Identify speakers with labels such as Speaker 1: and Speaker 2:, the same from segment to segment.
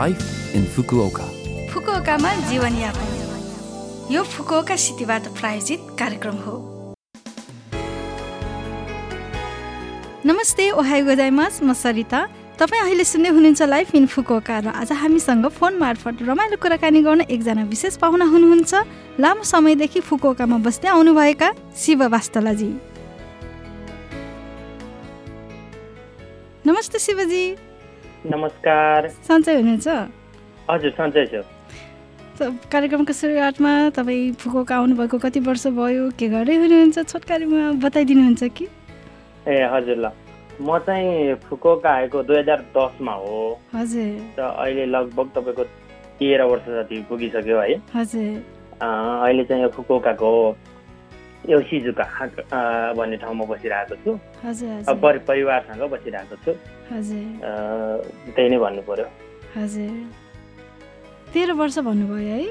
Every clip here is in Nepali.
Speaker 1: Life in Fukuoka.
Speaker 2: फुकुओकामा जीवनयापन यो फुकुओका सिटीबाट प्रायोजित कार्यक्रम हो नमस्ते ओहाइ गोजाइमास म सरिता तपाईँ अहिले सुन्दै हुनुहुन्छ लाइफ इन फुकुओका र आज हामीसँग फोन मार्फत रमाइलो कुराकानी गर्न एकजना विशेष पाहुना हुनुहुन्छ लामो समयदेखि फुकुओकामा बस्दै आउनुभएका शिव वास्तलाजी नमस्ते शिवजी
Speaker 3: नमस्कार
Speaker 2: सन्चै हुनुहुन्छ
Speaker 3: हजुर सन्चै छु
Speaker 2: त- कार्यक्रमको सुरुवातमा तपाईँ फुकोका आउनुभएको कति वर्ष भयो के गर्दै हुनुहुन्छ छोटकारीमा बताइदिनुहुन्छ कि
Speaker 3: ए हजुर ल म चाहिँ फुकुओका आएको दुई हजार दसमा हो
Speaker 2: हजुर
Speaker 3: र अहिले लगभग तपाईँको तेह्र वर्ष जति पुगिसक्यो है
Speaker 2: हजुर
Speaker 3: अ, अहिले चाहिँ यो फुकुओकाको यो सिजुका अ, भन्ने ठाउँमा बसिरहेको छु
Speaker 2: हजुर
Speaker 3: अब
Speaker 2: हजुर
Speaker 3: परि परिवारसँग बसिरहेको छु
Speaker 2: हजुर
Speaker 3: अ, त्यही नै भन्नु पर्यो
Speaker 2: हजुर तेह्र वर्ष भन्नुभयो है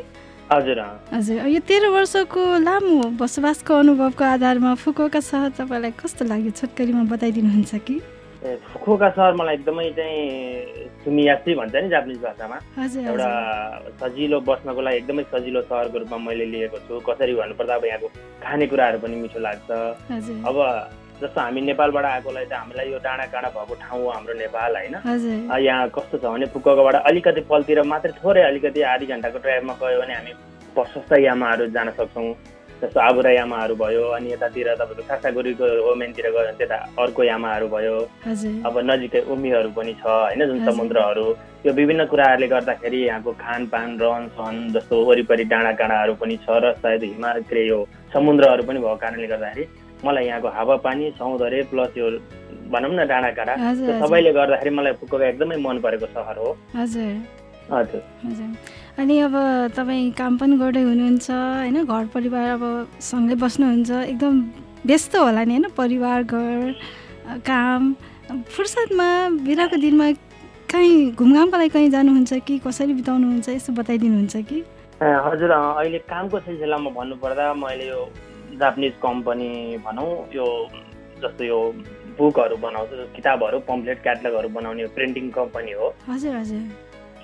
Speaker 3: हजुर अँ।
Speaker 2: हजुर यो तेह्र वर्षको लामो बसोबासको अनुभवको आधारमा फुकोका सहर तपाईँलाई कस्तो लाग्यो छोटकरीमा बताइदिनुहुन्छ कि
Speaker 3: ए, फुकुओका सहर मलाई एकदमै चाहिँ सुमियासी भन्छ नि जापानिज भाषामा
Speaker 2: हजुर
Speaker 3: एउटा
Speaker 2: हजुर
Speaker 3: सजिलो बस्नको लागि एकदमै सजिलो सहरको रूपमा मैले लिएको छु कसरी भन्नुपर्दा अब यहाँको खानेकुराहरू पनि मिठो लाग्छ
Speaker 2: हजुर
Speaker 3: अब जस्तो हामी नेपालबाट आएकोलाई त हामीलाई यो डाँडा काँडा भएको ठाउँ हो हाम्रो नेपाल होइन
Speaker 2: हजुर
Speaker 3: अ, यहाँ कस्तो छ भने फुकुवाकोबाट अलिकति पलतिर मात्रै थोरै अलिकति आधी घन्टाको ड्राइभमा गयो भने हामी प्रशस्त यामाहरू जान सक्छौँ जस्तो आबुरा यामाहरू भयो अनि यतातिर तपाईँको सासागुरीको ओमेनतिर गयो भने त्यता अर्को यामाहरू भयो
Speaker 2: हजुर
Speaker 3: अब नजिकै उमीहरू पनि छ होइन जुन
Speaker 2: हजुर।
Speaker 3: समुद्रहरू यो विभिन्न कुराहरूले गर्दाखेरि यहाँको खानपान रहन सहन जस्तो वरिपरि डाँडा काँडाहरू पनि छ र सायद हिमाल के अरे यो समुद्रहरू पनि भएको कारणले गर्दाखेरि मलाई यहाँको हावापानी सौन्दर्य प्लस यो भनौँ न डाँडा काँडा
Speaker 2: हजुर,
Speaker 3: त्यो
Speaker 2: हजुर।
Speaker 3: सबैले गर्दाखेरि मलाई फुकुका एकदमै मन परेको सहर हो
Speaker 2: हजुर
Speaker 3: हजुर
Speaker 2: हजुर अनि अब तपाईँ काम पनि गर्दै हुनुहुन्छ होइन घर परिवार अब सँगै बस्नुहुन्छ एकदम व्यस्त होला नि होइन परिवार घर अ, काम फुर्सदमा बिराको दिनमा कहीँ घुमघामको लागि कहीँ जानुहुन्छ कि कसरी बिताउनुहुन्छ यसो बताइदिनुहुन्छ कि
Speaker 3: ए, हजुर अँ, अहिले कामको सिलसिलामा भन्नुपर्दा मैले यो जापानिज कम्पनी भनौँ यो जस्तो यो बुकहरू बनाउँछु जस्तो किताबहरू पम्प्लेट क्याटलगहरू बनाउने यो प्रिन्टिङ कम्पनी हो
Speaker 2: हजुर हजुर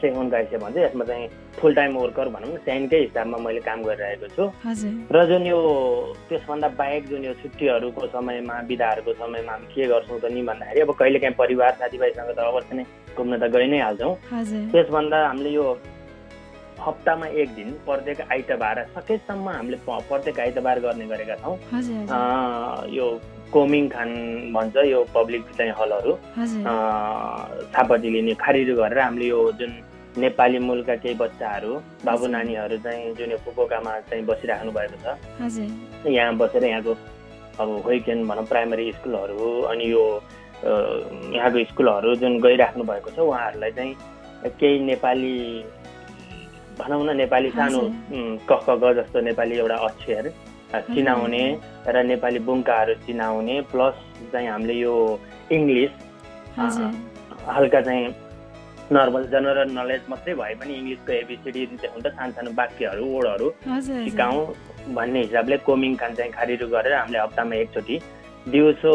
Speaker 3: सेगुन गाइसे भन्छ यसमा चाहिँ फुल टाइम वर्कर भनौँ न साइनकै हिसाबमा मैले काम गरिरहेको छु
Speaker 2: हजुर
Speaker 3: र जुन यो त्यसभन्दा बाहेक जुन यो छुट्टीहरूको समयमा बिदाहरूको समयमा हामी के गर्छौँ त नि भन्दाखेरि अब कहिलेकाहीँ परिवार साथीभाइसँग त अवश्य नै घुम्न त गइ नै हाल्छौँ
Speaker 2: हजुर
Speaker 3: त्यसभन्दा हामीले यो हप्तामा एक दिन प्रत्येक आइतबार सकेसम्म हामीले प- प्रत्येक आइतबार गर्ने गरेका छौँ
Speaker 2: हजुर हजुर
Speaker 3: अँ, यो कोमिङ खान भन्छ यो पब्लिक चाहिँ हलहरू
Speaker 2: हजुर
Speaker 3: थापटी लिने खारिज गरेर हामीले यो जुन नेपाली मूलका केही बच्चाहरू बाबु नानीहरू चाहिँ जुन यो फुकुकामा चाहिँ बसिराख्नु भएको छ
Speaker 2: हजुर
Speaker 3: यहाँ बसेर यहाँको अब वेकेन्ड भनौँ प्राइमरी स्कुलहरू अनि यो अ, यहाँको स्कुलहरू जुन गइराख्नु भएको छ उहाँहरूलाई चाहिँ केही नेपाली भनौँ न नेपाली सानो
Speaker 2: हजुर।
Speaker 3: उम्, क ख ग जस्तो नेपाली एउटा अक्षर अ, चिनाउने र नेपाली बुङ्काहरू चिनाउने प्लस चाहिँ हामीले यो इङ्ग्लिस
Speaker 2: हजुर
Speaker 3: हल्का चाहिँ नर्मल जनरल नलेज मात्रै भए पनि इङ्ग्लिसको एबिसिडी हुन्छ सानो सानो वाक्यहरू वर्डहरू
Speaker 2: हजुर हजुर
Speaker 3: सिकाउँ भन्ने हिसाबले कोमिङ खान चाहिँ खारिरु गरेर हामीले हप्तामा एकचोटि दिउँसो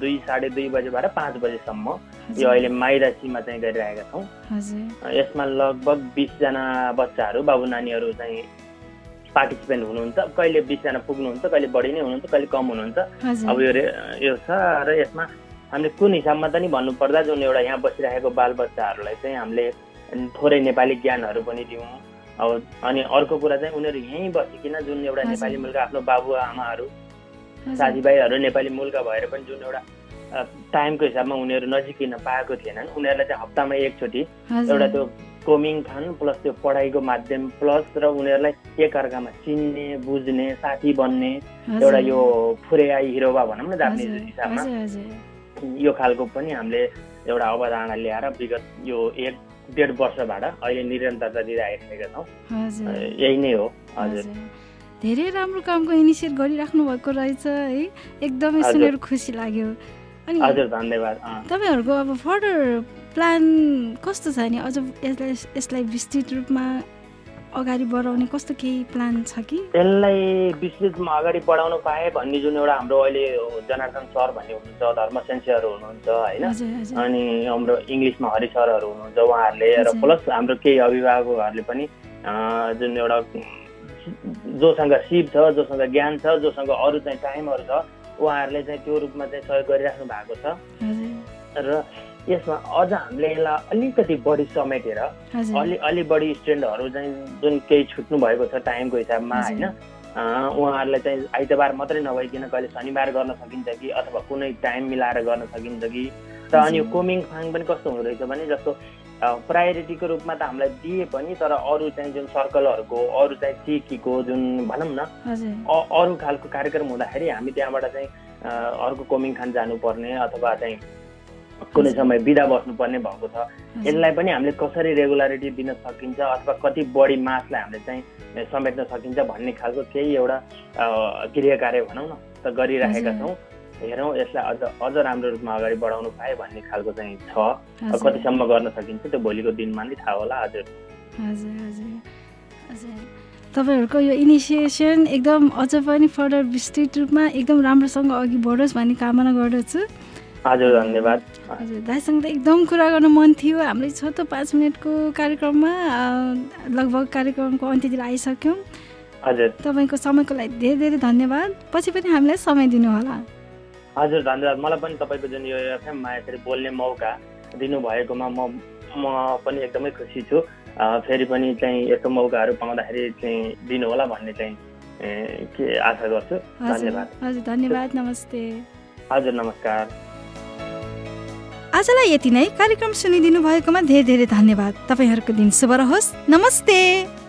Speaker 3: दुई साढे दुई बजेबाट पाँच बजेसम्म यो अहिले माइरासीमा चाहिँ गरिरहेका छौँ
Speaker 2: हजुर
Speaker 3: यसमा लगभग बिसजना बच्चाहरू बाबु नानीहरू चाहिँ पार्टिसिपेन्ट हुनुहुन्छ कहिले बिसजना पुग्नुहुन्छ कहिले बढी नै हुनुहुन्छ कहिले कम हुनुहुन्छ अब
Speaker 2: हजुर
Speaker 3: यो रे- यो छ र यसमा हामीले कुन हिसाबमा त नि भन्नुपर्दा जुन एउटा यहाँ बसिरहेको बालबच्चाहरूलाई चाहिँ हामीले थोरै नेपाली ज्ञानहरू पनि दिउँ अब अनि अर्को कुरा चाहिँ उनीहरू यहीँ बसिकन जुन एउटा
Speaker 2: हजुर।
Speaker 3: नेपाली मूलका आफ्नो बाबुआमाहरू
Speaker 2: हजुर
Speaker 3: साथीभाइहरू नेपाली मूलका भएर पनि जुन एउटा अ, टाइमको हिसाबमा उनीहरू नजिकिन पाएको थिएनन् उनीहरूलाई चाहिँ हप्तामा एकचोटि एउटा त्यो
Speaker 2: हजुर
Speaker 3: कोमिङ खान प्लस त्यो पढाइको माध्यम प्लस र उनीहरूलाई एकअर्कामा चिन्ने बुझ्ने साथी बन्ने एउटा यो फुरेआई हिरोबा भनौँ न जापानिज
Speaker 2: हजुर
Speaker 3: हिसाबमा
Speaker 2: हजुर हजुर
Speaker 3: यो खालको पनि हामीले एउटा अवधारणा ल्याएर विगत यो एक डेढ वर्षबाट अहिले निरन्तरता दिँदै आइसकेका छौँ
Speaker 2: हजुर
Speaker 3: अ, यही नै हो हजुर
Speaker 2: हजुर धेरै राम्रो कामको इनिसिएट गरिराख्नु भएको रहेछ है एकदमै
Speaker 3: हजुर।
Speaker 2: सुनेर खुसी लाग्यो अनि
Speaker 3: हजुर धन्यवाद अँ।
Speaker 2: तपाईँहरूको अब फर्दर प्लान कस्तो छ नि अझ यसलाई यसलाई विस्तृत रूपमा अगाडि बढाउने कस्तो केही प्लान छ कि
Speaker 3: त्यसलाई विशेषमा अगाडि बढाउनु पाए भन्ने जुन एउटा हाम्रो अहिले जनार्दन सर भन्ने हुनुहुन्छ धर्मसेन्सीहरू हुनुहुन्छ होइन
Speaker 2: हजुर हजुर
Speaker 3: अनि हाम्रो इङ्ग्लिसमा हरि सरहरू हुनुहुन्छ उहाँहरूले र
Speaker 2: हजुर।
Speaker 3: प्लस हाम्रो केही अभिभावकहरूले पनि अँ, जुन एउटा जोसँग सिप छ जोसँग ज्ञान छ जोसँग अरू चाहिँ टाइमहरू छ उहाँहरूले चाहिँ त्यो रूपमा चाहिँ सहयोग गरिराख्नु भएको छ
Speaker 2: हजुर
Speaker 3: र यसमा अझ हामीले यसलाई अलिकति बढी समेटेर
Speaker 2: हजुर
Speaker 3: अलि अलि बढी स्टुडेन्टहरू चाहिँ जुन केही छुट्नु भएको छ टाइमको हिसाबमा
Speaker 2: हजुर।
Speaker 3: होइन अँ, उहाँहरूलाई चाहिँ आइतबार मात्रै नभइकन कहिले शनिबार गर्न सकिन्छ कि अथवा कुनै टाइम मिलाएर गर्न सकिन्छ कि र अनि यो
Speaker 2: हजुर।
Speaker 3: कोमिङ फाङ पनि कस्तो हुँदो रहेछ भने जस्तो प्रायोरिटीको रूपमा त हामीलाई दिए पनि तर अरू चाहिँ जुन सर्कलहरूको अरू चाहिँ सिकीको जुन भनौँ न
Speaker 2: हजुर
Speaker 3: अ- अरू खालको कार्यक्रम हुँदाखेरि हामी त्यहाँबाट चाहिँ अ, अर्को कोमिङ खान जानुपर्ने अथवा चाहिँ कुनै
Speaker 2: हजुर।
Speaker 3: समय बिदा बस्नुपर्ने भएको छ
Speaker 2: हजुर
Speaker 3: यसलाई पनि हामीले कसरी रेगुलारिटी दिन सकिन्छ अथवा कति बढी मासलाई हामीले चाहिँ समेट्न सकिन्छ भन्ने खालको केही एउटा अ, गृह कार्य भनौँ न त गरिराखेका
Speaker 2: हजुर।
Speaker 3: छौँ हेरौँ यसलाई अझ अझ राम्रो रूपमा अगाडि बढाउनु पाए भन्ने खालको चाहिँ छ अब
Speaker 2: हजुर।
Speaker 3: कतिसम्म गर्न सकिन्छ त्यो भोलिको दिनमा नै थाहा होला हजुर
Speaker 2: हजुर हजुर हजुर तपाईँहरूको यो इनिसिएसन एकदम अझ पनि फर्दर विस्तृत रूपमा एकदम राम्रोसँग अघि बढोस् भन्ने कामना गर्दछु
Speaker 3: हजुर धन्यवाद
Speaker 2: हजुर दाइसँग त एकदम कुरा गर्नु मन थियो हामीले छ त पाँच मिनटको कार्यक्रममा अ, लगभग कार्यक्रमको अन्त्यतिर आइसक्यौँ
Speaker 3: हजुर
Speaker 2: तपाईँको समयको लागि धेरै धेरै धन्यवाद पछि पनि हामीलाई समय दिनुहोला
Speaker 3: हजुर धन्यवाद मलाई पनि तपाईँको जुन यो एफएममा यसरी बोल्ने मौका दिनुभएकोमा म म पनि एकदमै खुसी छु अँ, फेरि पनि चाहिँ यस्तो मौकाहरू पाउँदाखेरि चाहिँ दिनुहोला भन्ने चाहिँ ए, के आशा गर्छु
Speaker 2: हजुर
Speaker 3: धन्यवाद
Speaker 2: हजुर धन्यवाद नमस्ते
Speaker 3: हजुर नमस्कार
Speaker 2: आजलाई यति नै कार्यक्रम सुनिदिनु भएकोमा धेरै धेरै धन्यवाद तपाईँहरूको दिन शुभ रहोस् नमस्ते